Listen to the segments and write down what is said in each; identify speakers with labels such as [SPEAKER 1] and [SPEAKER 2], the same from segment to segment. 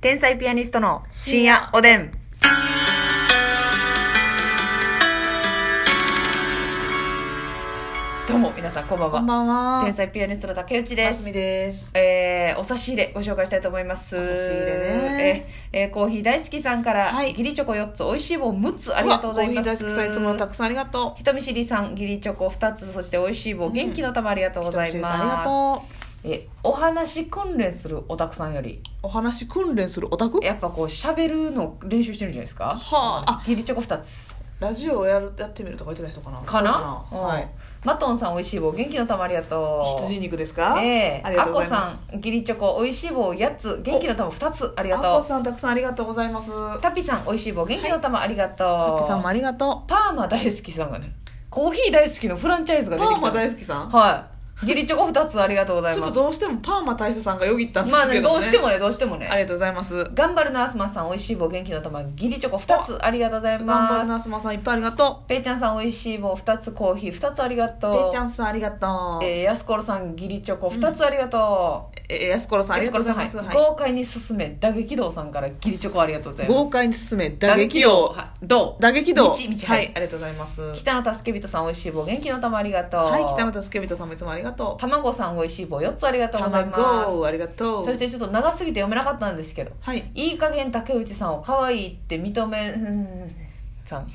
[SPEAKER 1] 天才ピアニストの深夜おでん。どうも皆さんこんばん
[SPEAKER 2] こ
[SPEAKER 1] は。
[SPEAKER 2] んばんは。
[SPEAKER 1] 天才ピアニストの竹内で
[SPEAKER 2] ます
[SPEAKER 1] す。
[SPEAKER 2] みです。
[SPEAKER 1] えー、お差し入れご紹介したいと思います
[SPEAKER 2] お差し入れね
[SPEAKER 1] えーえーコーヒー大好きさんから、
[SPEAKER 2] はい
[SPEAKER 1] ギリチョコ4つ美味しい棒6つありがとうございます
[SPEAKER 2] わコーヒー大好きさんいつもたくさんありがと
[SPEAKER 1] 人見知りさんギリチョコ2つそして美味しい棒、
[SPEAKER 2] ん
[SPEAKER 1] 元気の玉ありがと
[SPEAKER 2] う。
[SPEAKER 1] うござい
[SPEAKER 2] 北口
[SPEAKER 1] ま
[SPEAKER 2] さ
[SPEAKER 1] す
[SPEAKER 2] んありがと
[SPEAKER 1] えお話訓練するおたくさんより
[SPEAKER 2] う。お話訓練するオタク
[SPEAKER 1] やっぱこう喋るの練習してるんじゃないですか
[SPEAKER 2] はああ
[SPEAKER 1] ギリチョコ2つ
[SPEAKER 2] ラジオをやるやってみるとか言ってた人かな
[SPEAKER 1] かな
[SPEAKER 2] そうかなは
[SPEAKER 1] うん
[SPEAKER 2] い。
[SPEAKER 1] マトンさん美味しい棒元気の玉ありがとう
[SPEAKER 2] 羊肉ですか
[SPEAKER 1] ええ
[SPEAKER 2] ありがとうござい
[SPEAKER 1] あ
[SPEAKER 2] ま
[SPEAKER 1] こ
[SPEAKER 2] す。
[SPEAKER 1] さんギリチョコ美味しい棒8つ元気の玉2つありがとう
[SPEAKER 2] あこさんたくさんありがとうございます。
[SPEAKER 1] タピさん美味しい棒元気の玉ありがとう、
[SPEAKER 2] たぴさんもありがと
[SPEAKER 1] パーマ大好きさんがねコーヒー大好きのフランチャイズ
[SPEAKER 2] う。
[SPEAKER 1] が出てき
[SPEAKER 2] パー
[SPEAKER 1] た
[SPEAKER 2] マ大好きさん
[SPEAKER 1] はいギリチョコ2つありがとうござい
[SPEAKER 2] ちょっ
[SPEAKER 1] ま
[SPEAKER 2] と
[SPEAKER 1] す
[SPEAKER 2] どうしてもパーマ大佐さんがよぎったんで
[SPEAKER 1] まあ
[SPEAKER 2] すけ
[SPEAKER 1] ね
[SPEAKER 2] どね。
[SPEAKER 1] どうしてもねどうしてもね
[SPEAKER 2] ありがとうございます。
[SPEAKER 1] 頑張るナースマンさん美味しい棒元気の玉ギリチョコ2つありがとうござい
[SPEAKER 2] 頑張
[SPEAKER 1] ま
[SPEAKER 2] る
[SPEAKER 1] す
[SPEAKER 2] ナースマンさんいっぱいありがと
[SPEAKER 1] ペイちゃんさん美味しい棒2つコーヒー2つありが
[SPEAKER 2] う。
[SPEAKER 1] とう
[SPEAKER 2] ぺーちゃんさんありがとう。
[SPEAKER 1] えー、やすころさんギリチョコ2つありがとう、
[SPEAKER 2] えー、やすころさんあり
[SPEAKER 1] や
[SPEAKER 2] が
[SPEAKER 1] すこと
[SPEAKER 2] う
[SPEAKER 1] ろ
[SPEAKER 2] ご
[SPEAKER 1] さ
[SPEAKER 2] ざ
[SPEAKER 1] ん
[SPEAKER 2] います。
[SPEAKER 1] はい豪快に進め打撃道さんからギリチョコありがとうございます
[SPEAKER 2] 豪快に進め打撃を
[SPEAKER 1] はい道
[SPEAKER 2] 打撃道
[SPEAKER 1] 道道
[SPEAKER 2] は
[SPEAKER 1] はい
[SPEAKER 2] い、ありがとうございますは
[SPEAKER 1] 北野助人さん美味しい棒元気の玉ありがとう
[SPEAKER 2] い北野助人さんもいつもありがとう
[SPEAKER 1] 卵さん美味しい棒4つありがとうございま
[SPEAKER 2] 卵ありがとう
[SPEAKER 1] すそしてちょっと長すぎて読めなかったんですけど
[SPEAKER 2] はい
[SPEAKER 1] いい加減竹内さんを可愛いって認めうんさん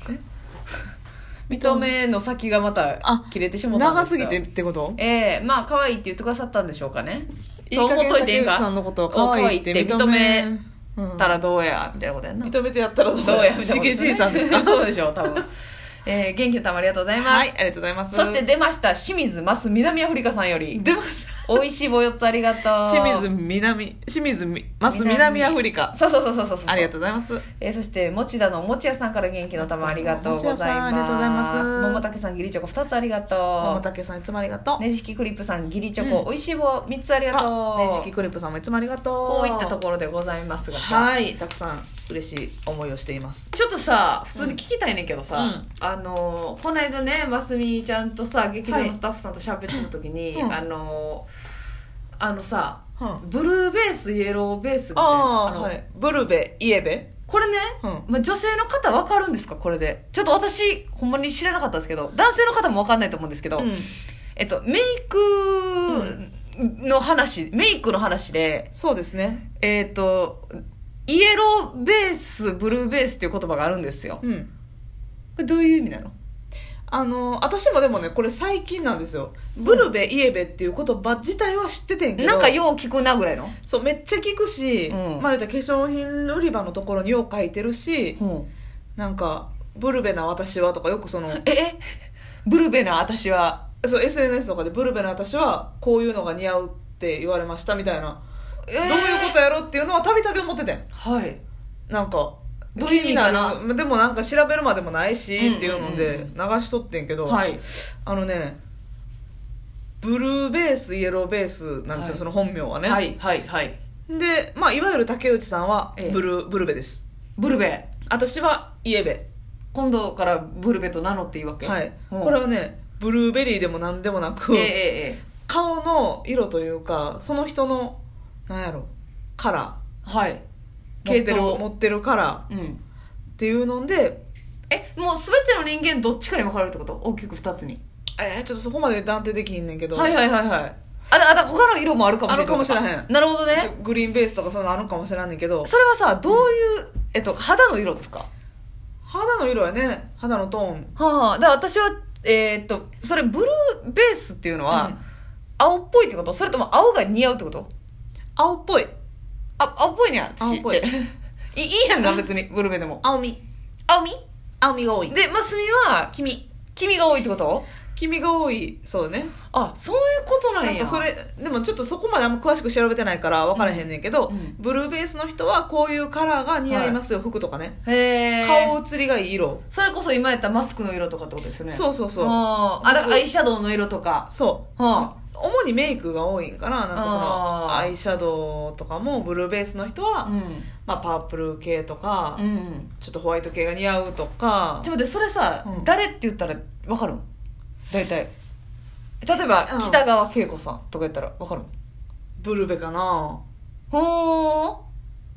[SPEAKER 1] 認めの先がまた
[SPEAKER 2] あ
[SPEAKER 1] 切れてしまったん
[SPEAKER 2] 長
[SPEAKER 1] です
[SPEAKER 2] す
[SPEAKER 1] が
[SPEAKER 2] ぎてってこと
[SPEAKER 1] ええまあ可愛いって言ってくださったんでしょうかね
[SPEAKER 2] いい
[SPEAKER 1] そう
[SPEAKER 2] 加
[SPEAKER 1] 思っ
[SPEAKER 2] 減
[SPEAKER 1] といていい
[SPEAKER 2] 竹
[SPEAKER 1] ん
[SPEAKER 2] 内さん
[SPEAKER 1] か
[SPEAKER 2] のことを可愛いって認めうん
[SPEAKER 1] たらどうやみたいなことやんな
[SPEAKER 2] 認めてやったらどう
[SPEAKER 1] どうやみたいなこと
[SPEAKER 2] しげじいさんですか
[SPEAKER 1] そうでしょう多分えー、元気の玉ありがとうございます、
[SPEAKER 2] はいありがとうございます
[SPEAKER 1] そして出ました清水ます南アフリカさんより
[SPEAKER 2] 出ます
[SPEAKER 1] 美味しい棒4つありがとう
[SPEAKER 2] 清水南清水みます南アフリカ
[SPEAKER 1] そうそうそうそうそうそう
[SPEAKER 2] ありがとうございます
[SPEAKER 1] えーそして持田の持屋さんから元気の玉ありがとうご
[SPEAKER 2] 持田
[SPEAKER 1] ざい
[SPEAKER 2] さん
[SPEAKER 1] ます
[SPEAKER 2] ありがとうございます
[SPEAKER 1] 桃竹さんギリチョコ2つありが
[SPEAKER 2] 桃
[SPEAKER 1] と
[SPEAKER 2] 竹さんいつもありがとう
[SPEAKER 1] うねじきクリップさんギリチョコ、美味しい棒3つありがと
[SPEAKER 2] あ
[SPEAKER 1] う
[SPEAKER 2] ねじきクリップさんもいつもありがとう
[SPEAKER 1] こういったところでございますがさ
[SPEAKER 2] はいたくさん嬉しい思いをしています
[SPEAKER 1] ちょっとさ普通に聞きたいねんけどさ、
[SPEAKER 2] うん
[SPEAKER 1] あのーこの間ねますみちゃんとさ劇場のスタッフさんと喋ってた時に、
[SPEAKER 2] はいうん
[SPEAKER 1] あのーあのさ
[SPEAKER 2] うん
[SPEAKER 1] ブルーベースイエローベースみたいな
[SPEAKER 2] あ
[SPEAKER 1] あ
[SPEAKER 2] あ、
[SPEAKER 1] の
[SPEAKER 2] はい。ブルベ、イエベ。
[SPEAKER 1] これね、
[SPEAKER 2] うん
[SPEAKER 1] まあ、女性の方わかるんですかこれでちょっと私ほんまに知らなかったんですけど男性の方もわかんないと思うんですけど、
[SPEAKER 2] うん。
[SPEAKER 1] えっと、メイクの話、メイクの話で
[SPEAKER 2] そうですね。
[SPEAKER 1] えっとイエローベースブルーベースっていう言葉があるんですよこ
[SPEAKER 2] うん。
[SPEAKER 1] れどういう意味なの
[SPEAKER 2] あの、私もでもね、これ最近なんですよ。ブルベ、イエベっていう言葉自体は知っててんけど。
[SPEAKER 1] なんかよう聞くなぐらいの
[SPEAKER 2] そう、めっちゃ聞くし、
[SPEAKER 1] うん
[SPEAKER 2] まあ言ったら化粧品売り場のところによう書いてるし、
[SPEAKER 1] うん
[SPEAKER 2] なんか、ブルベな私はとかよくその、
[SPEAKER 1] ええブルベな私は
[SPEAKER 2] そう、SNS とかでブルベな私はこういうのが似合うって言われましたみたいな、
[SPEAKER 1] え
[SPEAKER 2] どういうことやろっていうのはたびたび思っててん。
[SPEAKER 1] はい
[SPEAKER 2] なんか
[SPEAKER 1] どういう意味かな
[SPEAKER 2] 気にるでもなんか調べるまでもないし、
[SPEAKER 1] うん
[SPEAKER 2] っていうの
[SPEAKER 1] うん
[SPEAKER 2] で流しとってんけど、
[SPEAKER 1] はい
[SPEAKER 2] あのねブルーベースイエローベースなんですよ、
[SPEAKER 1] はい
[SPEAKER 2] その本名はね、
[SPEAKER 1] はいはいはい
[SPEAKER 2] で、まあ、いわゆる竹内さんは
[SPEAKER 1] ええ
[SPEAKER 2] ブルー、ブルベです
[SPEAKER 1] ブルベ
[SPEAKER 2] 私はイエベ、
[SPEAKER 1] 今度からブルベと名乗っていいわけ
[SPEAKER 2] はい、
[SPEAKER 1] うん
[SPEAKER 2] これはねブルーベリーでも何でもな
[SPEAKER 1] え
[SPEAKER 2] く、
[SPEAKER 1] ええええ
[SPEAKER 2] 顔の色というかその人のなんやろカラ
[SPEAKER 1] えはい
[SPEAKER 2] ー持
[SPEAKER 1] 系
[SPEAKER 2] ってる持
[SPEAKER 1] 統
[SPEAKER 2] ってるカラー
[SPEAKER 1] うん
[SPEAKER 2] っていうので
[SPEAKER 1] えもう全ての人間どっちかに分かれるってこと大きく2つに
[SPEAKER 2] えー、ちょっとそこまで断定できひんねんけど、
[SPEAKER 1] はいはいはいはいあだあだ他の色もあるかもしれない
[SPEAKER 2] あるかもしれへん
[SPEAKER 1] なるほど
[SPEAKER 2] ちょ
[SPEAKER 1] ね
[SPEAKER 2] グリーンベースとかそういうのあるかもしれんねんけど
[SPEAKER 1] それはさどういう、えっと、肌の色ですか
[SPEAKER 2] 肌の色やね肌のトーン
[SPEAKER 1] はあだから私はえーっとそれブルーベースっていうのは、
[SPEAKER 2] うん
[SPEAKER 1] 青っぽいってことそれとも青が似合うってこと
[SPEAKER 2] 青っぽい
[SPEAKER 1] あ青っ ぽいね私
[SPEAKER 2] 青っぽい
[SPEAKER 1] いいいやんか別にブルーベでも
[SPEAKER 2] 青み
[SPEAKER 1] 青み
[SPEAKER 2] 青みが多い
[SPEAKER 1] でマスミはき
[SPEAKER 2] 君
[SPEAKER 1] 黄身が多いってこと
[SPEAKER 2] 黄身が多いそうね
[SPEAKER 1] あそういうことなんや
[SPEAKER 2] なんかそれでもちょっとそこまであんま詳しく調べてないから分からへんねんけど、
[SPEAKER 1] うんうん
[SPEAKER 2] ブルーベースの人はこういうカラーが似合いますよ、服とかね
[SPEAKER 1] へえ
[SPEAKER 2] 顔写りがいい色、
[SPEAKER 1] それこそ今やったらマスクの色とかってことですよね
[SPEAKER 2] そううそうそう
[SPEAKER 1] あーあだからアイシャドウの色とか
[SPEAKER 2] そう
[SPEAKER 1] は
[SPEAKER 2] 主にメイクが多いんかななんかそ
[SPEAKER 1] あ
[SPEAKER 2] の
[SPEAKER 1] ー
[SPEAKER 2] アイシャドウとかもブルーベースの人は、
[SPEAKER 1] あうん
[SPEAKER 2] まあ、パープル系とか、
[SPEAKER 1] うん
[SPEAKER 2] ちょっとホワイト系が似合うとか
[SPEAKER 1] ちょっと待ってそれさ、
[SPEAKER 2] うん
[SPEAKER 1] 誰って言ったら分かるん大体例えば
[SPEAKER 2] うん
[SPEAKER 1] 北川景子さんとかやったら分かるん
[SPEAKER 2] ブルベかな
[SPEAKER 1] ほー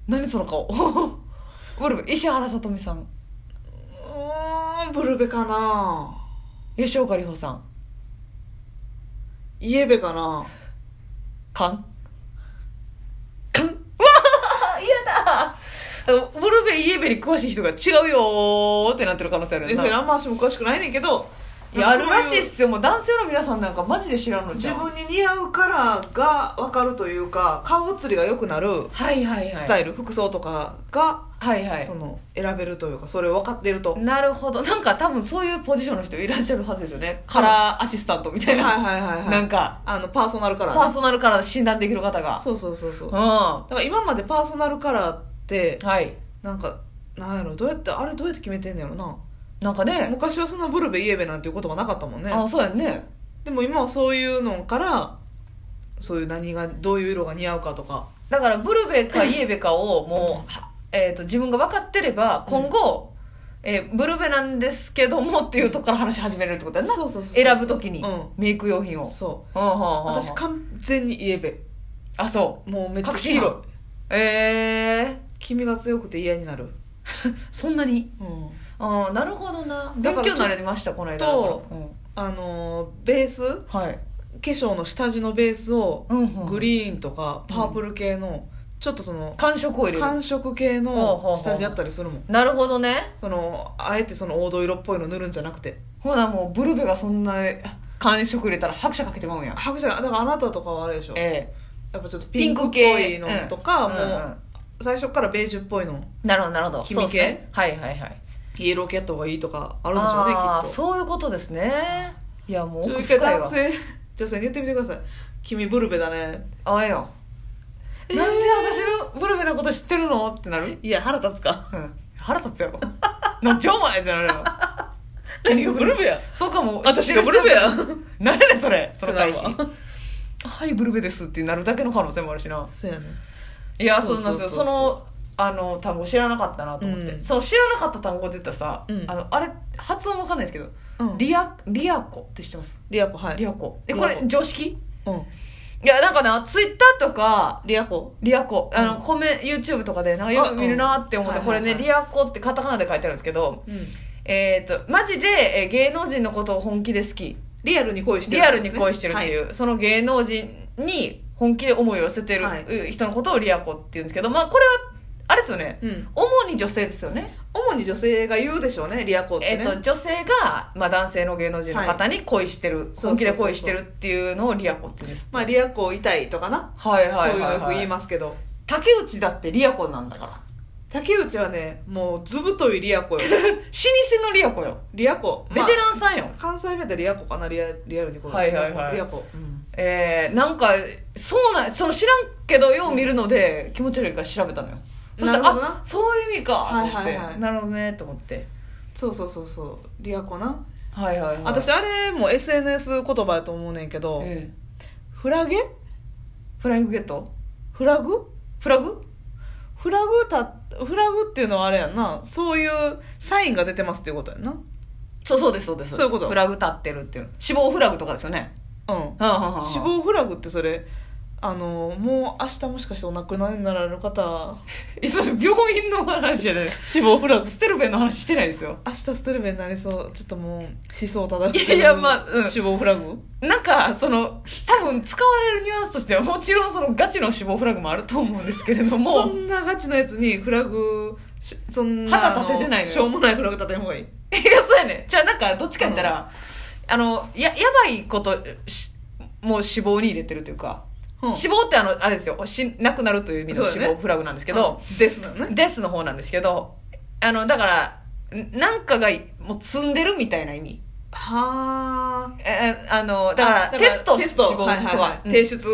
[SPEAKER 1] 何その顔 ブルベ石原さとみさん
[SPEAKER 2] うーんブルベかな
[SPEAKER 1] 吉岡里帆さん
[SPEAKER 2] イエベかな
[SPEAKER 1] カンカンうわー嫌だあのブルベイエベに詳しい人が違うよーってなってる可能性ある
[SPEAKER 2] え
[SPEAKER 1] よ
[SPEAKER 2] それ
[SPEAKER 1] な
[SPEAKER 2] あんま足も詳しくないねんけど
[SPEAKER 1] いやあるらしいっ
[SPEAKER 2] す
[SPEAKER 1] すよもう男性の皆さんなんかマジで知らんのじ
[SPEAKER 2] 自
[SPEAKER 1] ゃん
[SPEAKER 2] 分に似合うカラーが分かるというか顔写りが良くなる
[SPEAKER 1] はいはいはい
[SPEAKER 2] スタイル、服装とかが、
[SPEAKER 1] はいはい
[SPEAKER 2] その選べるというかそれを分かっていると、
[SPEAKER 1] なるほどなんか多分そういうポジションの人いらっしゃるはずですよねカラーアシスタントみたいな、
[SPEAKER 2] はいはいはい
[SPEAKER 1] な
[SPEAKER 2] は
[SPEAKER 1] ん
[SPEAKER 2] い
[SPEAKER 1] か
[SPEAKER 2] あのパーソナルカラ
[SPEAKER 1] パー
[SPEAKER 2] ー、ね、
[SPEAKER 1] ソナルカラー診断できる方が
[SPEAKER 2] そうそうそうそう
[SPEAKER 1] う
[SPEAKER 2] だから今までパーソナルカラーって
[SPEAKER 1] んはい
[SPEAKER 2] なんかなんやろどうやってあれどうやって決めてんのやろな
[SPEAKER 1] なんかね
[SPEAKER 2] 昔はそんなブルベイエベなんていう言葉なかったもんね
[SPEAKER 1] あそうやんね
[SPEAKER 2] でも今はそういうのからそういう何がどういう色が似合うかとか
[SPEAKER 1] だからブルベかイエベかをもう、はえー、と自分が分かってれば今後、えーブルベなんですけどもっていうとこから話し始めるってことやな
[SPEAKER 2] そうそうそうそう
[SPEAKER 1] 選ぶときに、
[SPEAKER 2] うん
[SPEAKER 1] メイク用品を、
[SPEAKER 2] そう
[SPEAKER 1] うんうんうんうん
[SPEAKER 2] 私完全にイエベ
[SPEAKER 1] あそ
[SPEAKER 2] もうめっちゃ
[SPEAKER 1] 確
[SPEAKER 2] 黄
[SPEAKER 1] 信
[SPEAKER 2] 色
[SPEAKER 1] 犯
[SPEAKER 2] いう
[SPEAKER 1] え
[SPEAKER 2] 君が強くて嫌になる、
[SPEAKER 1] ー、そんなに
[SPEAKER 2] うん、
[SPEAKER 1] ああなるほどな
[SPEAKER 2] だ
[SPEAKER 1] 勉
[SPEAKER 2] から
[SPEAKER 1] 強になれましたこの間だから
[SPEAKER 2] と
[SPEAKER 1] うん、
[SPEAKER 2] あのーベース化
[SPEAKER 1] はい、
[SPEAKER 2] 粧の下地のベースを
[SPEAKER 1] うんうん、
[SPEAKER 2] グリーンとか
[SPEAKER 1] うん
[SPEAKER 2] パープル系のちょっとその
[SPEAKER 1] 感触を入れる
[SPEAKER 2] 寒色系
[SPEAKER 1] ほうほうほ
[SPEAKER 2] の
[SPEAKER 1] う
[SPEAKER 2] 下地やったりするもん
[SPEAKER 1] なるほどね
[SPEAKER 2] そのあえてその黄土色っぽいの塗るんじゃなくて
[SPEAKER 1] ほなもうブルベがそんな感触入れたら拍車かけてまうんや
[SPEAKER 2] 白じゃだからあなたとかはあれでしょ
[SPEAKER 1] ええ
[SPEAKER 2] やっぱちょっと
[SPEAKER 1] ピ
[SPEAKER 2] ピ
[SPEAKER 1] ン
[SPEAKER 2] ンク
[SPEAKER 1] ク
[SPEAKER 2] っぽ
[SPEAKER 1] 系
[SPEAKER 2] いのとか
[SPEAKER 1] うんうん
[SPEAKER 2] もう最初からベージュっぽいの
[SPEAKER 1] なるほどなるほど
[SPEAKER 2] 黄
[SPEAKER 1] そう
[SPEAKER 2] 身系
[SPEAKER 1] ですねはいはいはい
[SPEAKER 2] イエロー系やった方がいいとかあ
[SPEAKER 1] あ
[SPEAKER 2] るんでしょうねきっ
[SPEAKER 1] あー
[SPEAKER 2] と
[SPEAKER 1] そういうことですねいやもう
[SPEAKER 2] ちょっと
[SPEAKER 1] 奥
[SPEAKER 2] 一回
[SPEAKER 1] 深いわ
[SPEAKER 2] 男性女性に言ってみてください君ブルベだね
[SPEAKER 1] ああええよなんで私のブルベのこと知ってるのってなる、
[SPEAKER 2] いや腹立つか
[SPEAKER 1] うん、腹立つやろ なんちゃお前ってなるよ
[SPEAKER 2] 君がブルベ や
[SPEAKER 1] そうかも
[SPEAKER 2] 私がブルベや
[SPEAKER 1] 何やねんそれその返し
[SPEAKER 2] ってなる
[SPEAKER 1] はいブルベですってなるだけの可能性もあるしな
[SPEAKER 2] そうやね
[SPEAKER 1] いや
[SPEAKER 2] そ
[SPEAKER 1] そううなんですよ
[SPEAKER 2] そうそうそう
[SPEAKER 1] そのあの単語知らなかったなと思って、
[SPEAKER 2] うん
[SPEAKER 1] その知らなかった単語って言ったらさ、
[SPEAKER 2] うん
[SPEAKER 1] あのあれ発音わかんないですけど、
[SPEAKER 2] うん
[SPEAKER 1] リアリアコって知ってます
[SPEAKER 2] リアコはい
[SPEAKER 1] リアコえ
[SPEAKER 2] リア
[SPEAKER 1] こ
[SPEAKER 2] コ
[SPEAKER 1] れ常識
[SPEAKER 2] うん
[SPEAKER 1] いやなんかなツイッターとか
[SPEAKER 2] リアコ
[SPEAKER 1] リアコあの、
[SPEAKER 2] うん
[SPEAKER 1] コメ YouTube とかでなんかよく見るなって思って、
[SPEAKER 2] あうん
[SPEAKER 1] これね、
[SPEAKER 2] はいはい
[SPEAKER 1] リアコってカタカナで書いてあるんですけど
[SPEAKER 2] うん
[SPEAKER 1] えっ、とマジで、えー芸能人のことを本気で好き
[SPEAKER 2] リアルに恋して
[SPEAKER 1] リ
[SPEAKER 2] るっ
[SPEAKER 1] アルに
[SPEAKER 2] てことですね
[SPEAKER 1] 恋してるってい
[SPEAKER 2] は
[SPEAKER 1] う、その芸能人に本気で思いを寄せてる
[SPEAKER 2] はい
[SPEAKER 1] 人のことをリアコって言うんですけど、まあこれはあれですよね、
[SPEAKER 2] うん
[SPEAKER 1] 主に女性ですよね
[SPEAKER 2] 主に女性が言うでしょうねリアコって
[SPEAKER 1] えっ
[SPEAKER 2] ね
[SPEAKER 1] と女性が、まあ、男性の芸能人の方に恋してる、
[SPEAKER 2] そうそうそうそう
[SPEAKER 1] 本気で恋してるっていうのをリアコって言うんですって、
[SPEAKER 2] まあリアコ痛いとかな
[SPEAKER 1] はいはい
[SPEAKER 2] そういうの
[SPEAKER 1] は
[SPEAKER 2] よ
[SPEAKER 1] い、
[SPEAKER 2] く
[SPEAKER 1] はい、
[SPEAKER 2] 言いますけど
[SPEAKER 1] 竹内だってリアコなんだから
[SPEAKER 2] 竹内はねもうずぶといリアコよ
[SPEAKER 1] 老舗のリアコよ
[SPEAKER 2] リア コ
[SPEAKER 1] ベ
[SPEAKER 2] まあ
[SPEAKER 1] テランさんよ、
[SPEAKER 2] 関西弁でリアコかなリアリアルにこう
[SPEAKER 1] はいはいはい
[SPEAKER 2] リアコ、うん
[SPEAKER 1] えー、なんかそうなんその知らんけどよう見るので、気持ち悪いから調べたのよそしたら
[SPEAKER 2] なるほどな
[SPEAKER 1] あそういう意味かと思って、
[SPEAKER 2] はいはいはい
[SPEAKER 1] なるほどねと思って
[SPEAKER 2] そうそうそうそうリアコな、
[SPEAKER 1] はいはいはい
[SPEAKER 2] 私あれも SNS 言葉やと思うねんけど、
[SPEAKER 1] ええ
[SPEAKER 2] フラゲ
[SPEAKER 1] フライングゲット
[SPEAKER 2] フラグ
[SPEAKER 1] フラグ
[SPEAKER 2] フラグたフラグっていうのはあれやんなそういうサインが出てますっていうことやんな
[SPEAKER 1] そうそうですそうです
[SPEAKER 2] そういうこと
[SPEAKER 1] フラグ立ってるっていうの死亡フラグとかですよね
[SPEAKER 2] うん死
[SPEAKER 1] 死
[SPEAKER 2] 亡フラグってそれあのもう明日もしかしてお亡くなりになられる方
[SPEAKER 1] えそれ病院の話じゃない
[SPEAKER 2] 死亡フラグ
[SPEAKER 1] ステルベンの話してないですよ
[SPEAKER 2] 明日ステルベになりそうちょっともう思想正し
[SPEAKER 1] いやいやまあうん
[SPEAKER 2] 死亡フラグ
[SPEAKER 1] なんかその多分使われるニュアンスとしてはもちろんそのガチの死亡フラグもあると思うんですけれど
[SPEAKER 2] そ
[SPEAKER 1] も
[SPEAKER 2] んなガチなやつにフラグしそんな
[SPEAKER 1] 旗立ててないのよ
[SPEAKER 2] あしょうもないフラグ立てん方がいい
[SPEAKER 1] いやそうやねじゃあなんかどっちか言ったら、あのややばいことしもう死亡に入れてるというか、
[SPEAKER 2] うん
[SPEAKER 1] 死亡ってあのあれですよしなくなるという意味の
[SPEAKER 2] そう
[SPEAKER 1] 死
[SPEAKER 2] だね
[SPEAKER 1] 亡フラグなんですけど、
[SPEAKER 2] うんですなのね
[SPEAKER 1] デスの方なんですけど、あの、だから、んなんかがもう積んでるみたいな意味。
[SPEAKER 2] はあ
[SPEAKER 1] ええ、あの、だから、テスト死亡とか。
[SPEAKER 2] はいはいはい
[SPEAKER 1] うん
[SPEAKER 2] 提出
[SPEAKER 1] そ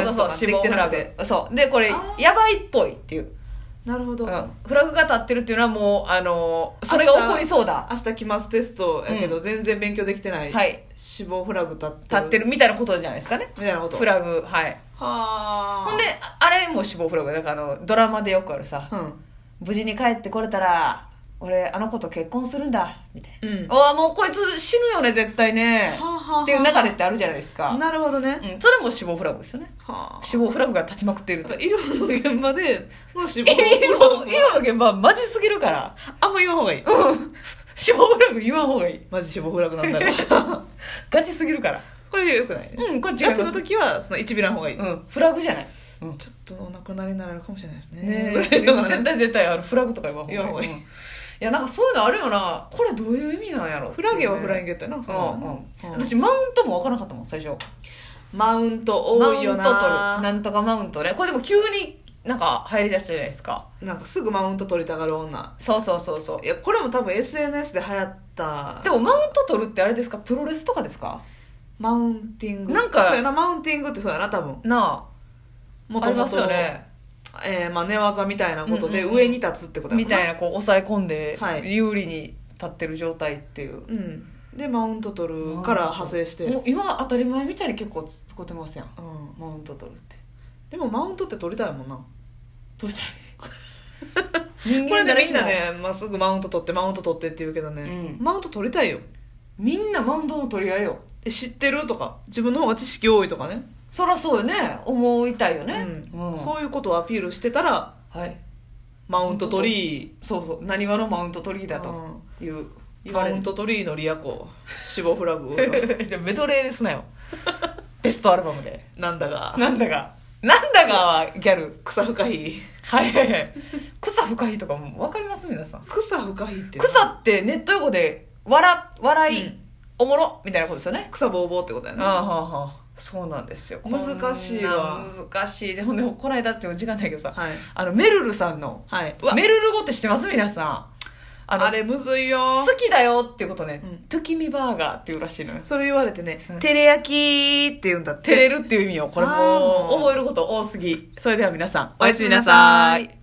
[SPEAKER 1] うそうそう、死
[SPEAKER 2] 死
[SPEAKER 1] 亡
[SPEAKER 2] 亡
[SPEAKER 1] フ
[SPEAKER 2] フ
[SPEAKER 1] ラ
[SPEAKER 2] ラ
[SPEAKER 1] グ
[SPEAKER 2] グ。
[SPEAKER 1] そう。で、これ
[SPEAKER 2] あ、ー
[SPEAKER 1] やばいっぽいっていう。
[SPEAKER 2] なるほど、
[SPEAKER 1] うんフラグが立ってるっていうのはもう、あの、それが起こりそうだ。
[SPEAKER 2] 明日期末テストやけど全然勉強できてない、
[SPEAKER 1] はい。
[SPEAKER 2] 死亡フラグ立ってる
[SPEAKER 1] 立ってるみたいなことじゃないですかね。
[SPEAKER 2] みたいなこと
[SPEAKER 1] フラグ、はい。
[SPEAKER 2] はあ
[SPEAKER 1] ほんで、ああれも死亡フラグ。だから、あの、ドラマでよくあるさ、
[SPEAKER 2] うん
[SPEAKER 1] 無事に帰ってこれたら、俺あの子と結婚するんだみたい
[SPEAKER 2] うん
[SPEAKER 1] な、ああもうこいつ死ぬよね絶対ね
[SPEAKER 2] はあはあはあ
[SPEAKER 1] っていう流れってあるじゃないですか、
[SPEAKER 2] なるほどね
[SPEAKER 1] うん、それも死亡フラグですよね
[SPEAKER 2] はあ
[SPEAKER 1] 死亡フラグが立ちまくっている
[SPEAKER 2] あ
[SPEAKER 1] と
[SPEAKER 2] と医療の現場でもし
[SPEAKER 1] 今今の現場はマジすぎるから
[SPEAKER 2] あんま言わん方がいい
[SPEAKER 1] うん死亡フラグ言わん方がいい
[SPEAKER 2] マジ死亡フラグなんだから
[SPEAKER 1] ガチすぎるから
[SPEAKER 2] これよくないね
[SPEAKER 1] うんこれ違い
[SPEAKER 2] や
[SPEAKER 1] ま
[SPEAKER 2] つ
[SPEAKER 1] す
[SPEAKER 2] の時はその1ビラの方がいい、
[SPEAKER 1] うんフラグじゃない、うん
[SPEAKER 2] ちょっとお亡くなりになられるかもしれないですね
[SPEAKER 1] ね
[SPEAKER 2] ぐ
[SPEAKER 1] え
[SPEAKER 2] ら いのが ね
[SPEAKER 1] 絶対絶対あのフラグとか言わん
[SPEAKER 2] 言わん
[SPEAKER 1] ほ
[SPEAKER 2] 方
[SPEAKER 1] う
[SPEAKER 2] が
[SPEAKER 1] がい
[SPEAKER 2] い
[SPEAKER 1] い、
[SPEAKER 2] い
[SPEAKER 1] うんいやなんかそういうのあるよなこれどういう意味なんやろ
[SPEAKER 2] フラゲはフラ
[SPEAKER 1] グ
[SPEAKER 2] ゲやったよなそ
[SPEAKER 1] うんうん
[SPEAKER 2] う、ん、
[SPEAKER 1] 私マウントも分からなかったもん最初
[SPEAKER 2] マウント
[SPEAKER 1] マ
[SPEAKER 2] 多
[SPEAKER 1] ウン
[SPEAKER 2] い
[SPEAKER 1] ト
[SPEAKER 2] よ
[SPEAKER 1] 取る
[SPEAKER 2] な
[SPEAKER 1] なんとかマウントねこれでも急になんか入り出したじゃないですか
[SPEAKER 2] なんかすぐマウント取りたがる女
[SPEAKER 1] そうそうそうそう
[SPEAKER 2] いやこれも多分 SNS で流行った
[SPEAKER 1] でもマウント取るってあれですかプロレスとかですか
[SPEAKER 2] マウンティング
[SPEAKER 1] なんか
[SPEAKER 2] そうやなマウンティングってそうやな多分
[SPEAKER 1] なあ
[SPEAKER 2] も
[SPEAKER 1] ありますよね
[SPEAKER 2] えーまあ、寝技みたいなことで
[SPEAKER 1] うんうんうん
[SPEAKER 2] 上に立つってことやも
[SPEAKER 1] み
[SPEAKER 2] んな
[SPEAKER 1] たいなこう抑え込んで
[SPEAKER 2] はい
[SPEAKER 1] 有利に立ってる状態っていう、
[SPEAKER 2] うんでマウント取るから派生して、
[SPEAKER 1] もう今当たり前みたいに結構使ってますやん
[SPEAKER 2] うん
[SPEAKER 1] マウント取るって
[SPEAKER 2] でもマウントって取りたいもんな
[SPEAKER 1] 取 りたい人
[SPEAKER 2] これね
[SPEAKER 1] 誰
[SPEAKER 2] み
[SPEAKER 1] し
[SPEAKER 2] ん
[SPEAKER 1] も
[SPEAKER 2] なね、まあ、すぐマウント取ってマウント取ってって言うけどね、
[SPEAKER 1] うん
[SPEAKER 2] マウント取りたいよ
[SPEAKER 1] みんなマウントの取り合いよ
[SPEAKER 2] え知ってるとか自分の方が知識多いとかね
[SPEAKER 1] そらそうよね思いたいよね、
[SPEAKER 2] うん
[SPEAKER 1] うん
[SPEAKER 2] そういうことをアピールしてたら
[SPEAKER 1] はい、
[SPEAKER 2] マウント取り
[SPEAKER 1] そうそうなにわのマウント取りだと
[SPEAKER 2] う
[SPEAKER 1] いう、
[SPEAKER 2] ん
[SPEAKER 1] 言わ
[SPEAKER 2] マ
[SPEAKER 1] れ
[SPEAKER 2] ウ
[SPEAKER 1] る
[SPEAKER 2] ント取りのリアコ死亡フラ グ
[SPEAKER 1] じゃあメドレーですな よベストアルバムで
[SPEAKER 2] なんだが
[SPEAKER 1] なんだかなんだかはギャル
[SPEAKER 2] 草深い
[SPEAKER 1] はいはいはい草深いとかも分かります皆さん
[SPEAKER 2] 草深いって
[SPEAKER 1] 草ってネット用語で笑笑い、
[SPEAKER 2] うん
[SPEAKER 1] おもろみたいなことですよね
[SPEAKER 2] 草ぼうぼうってことや
[SPEAKER 1] ああ
[SPEAKER 2] な
[SPEAKER 1] はあはあそうなんですよ
[SPEAKER 2] 難しいわ
[SPEAKER 1] こんな難しいでほんでこないだって時間ないけどさ、
[SPEAKER 2] はい
[SPEAKER 1] あのめるるさんの
[SPEAKER 2] はいわ
[SPEAKER 1] めるる語って知ってます皆さんあの
[SPEAKER 2] あれむずいよ
[SPEAKER 1] 好きだよっていうことね、
[SPEAKER 2] うん
[SPEAKER 1] ときみバーガーっていうらしいのよ
[SPEAKER 2] それ言われてね
[SPEAKER 1] うん
[SPEAKER 2] 「照れ焼き」って言うんだって
[SPEAKER 1] 照れるっていう意味をこれ
[SPEAKER 2] あー
[SPEAKER 1] も
[SPEAKER 2] もう
[SPEAKER 1] 覚えること多すぎそれでは皆さんおやすみな
[SPEAKER 2] おや
[SPEAKER 1] さ
[SPEAKER 2] すみ
[SPEAKER 1] い
[SPEAKER 2] なさい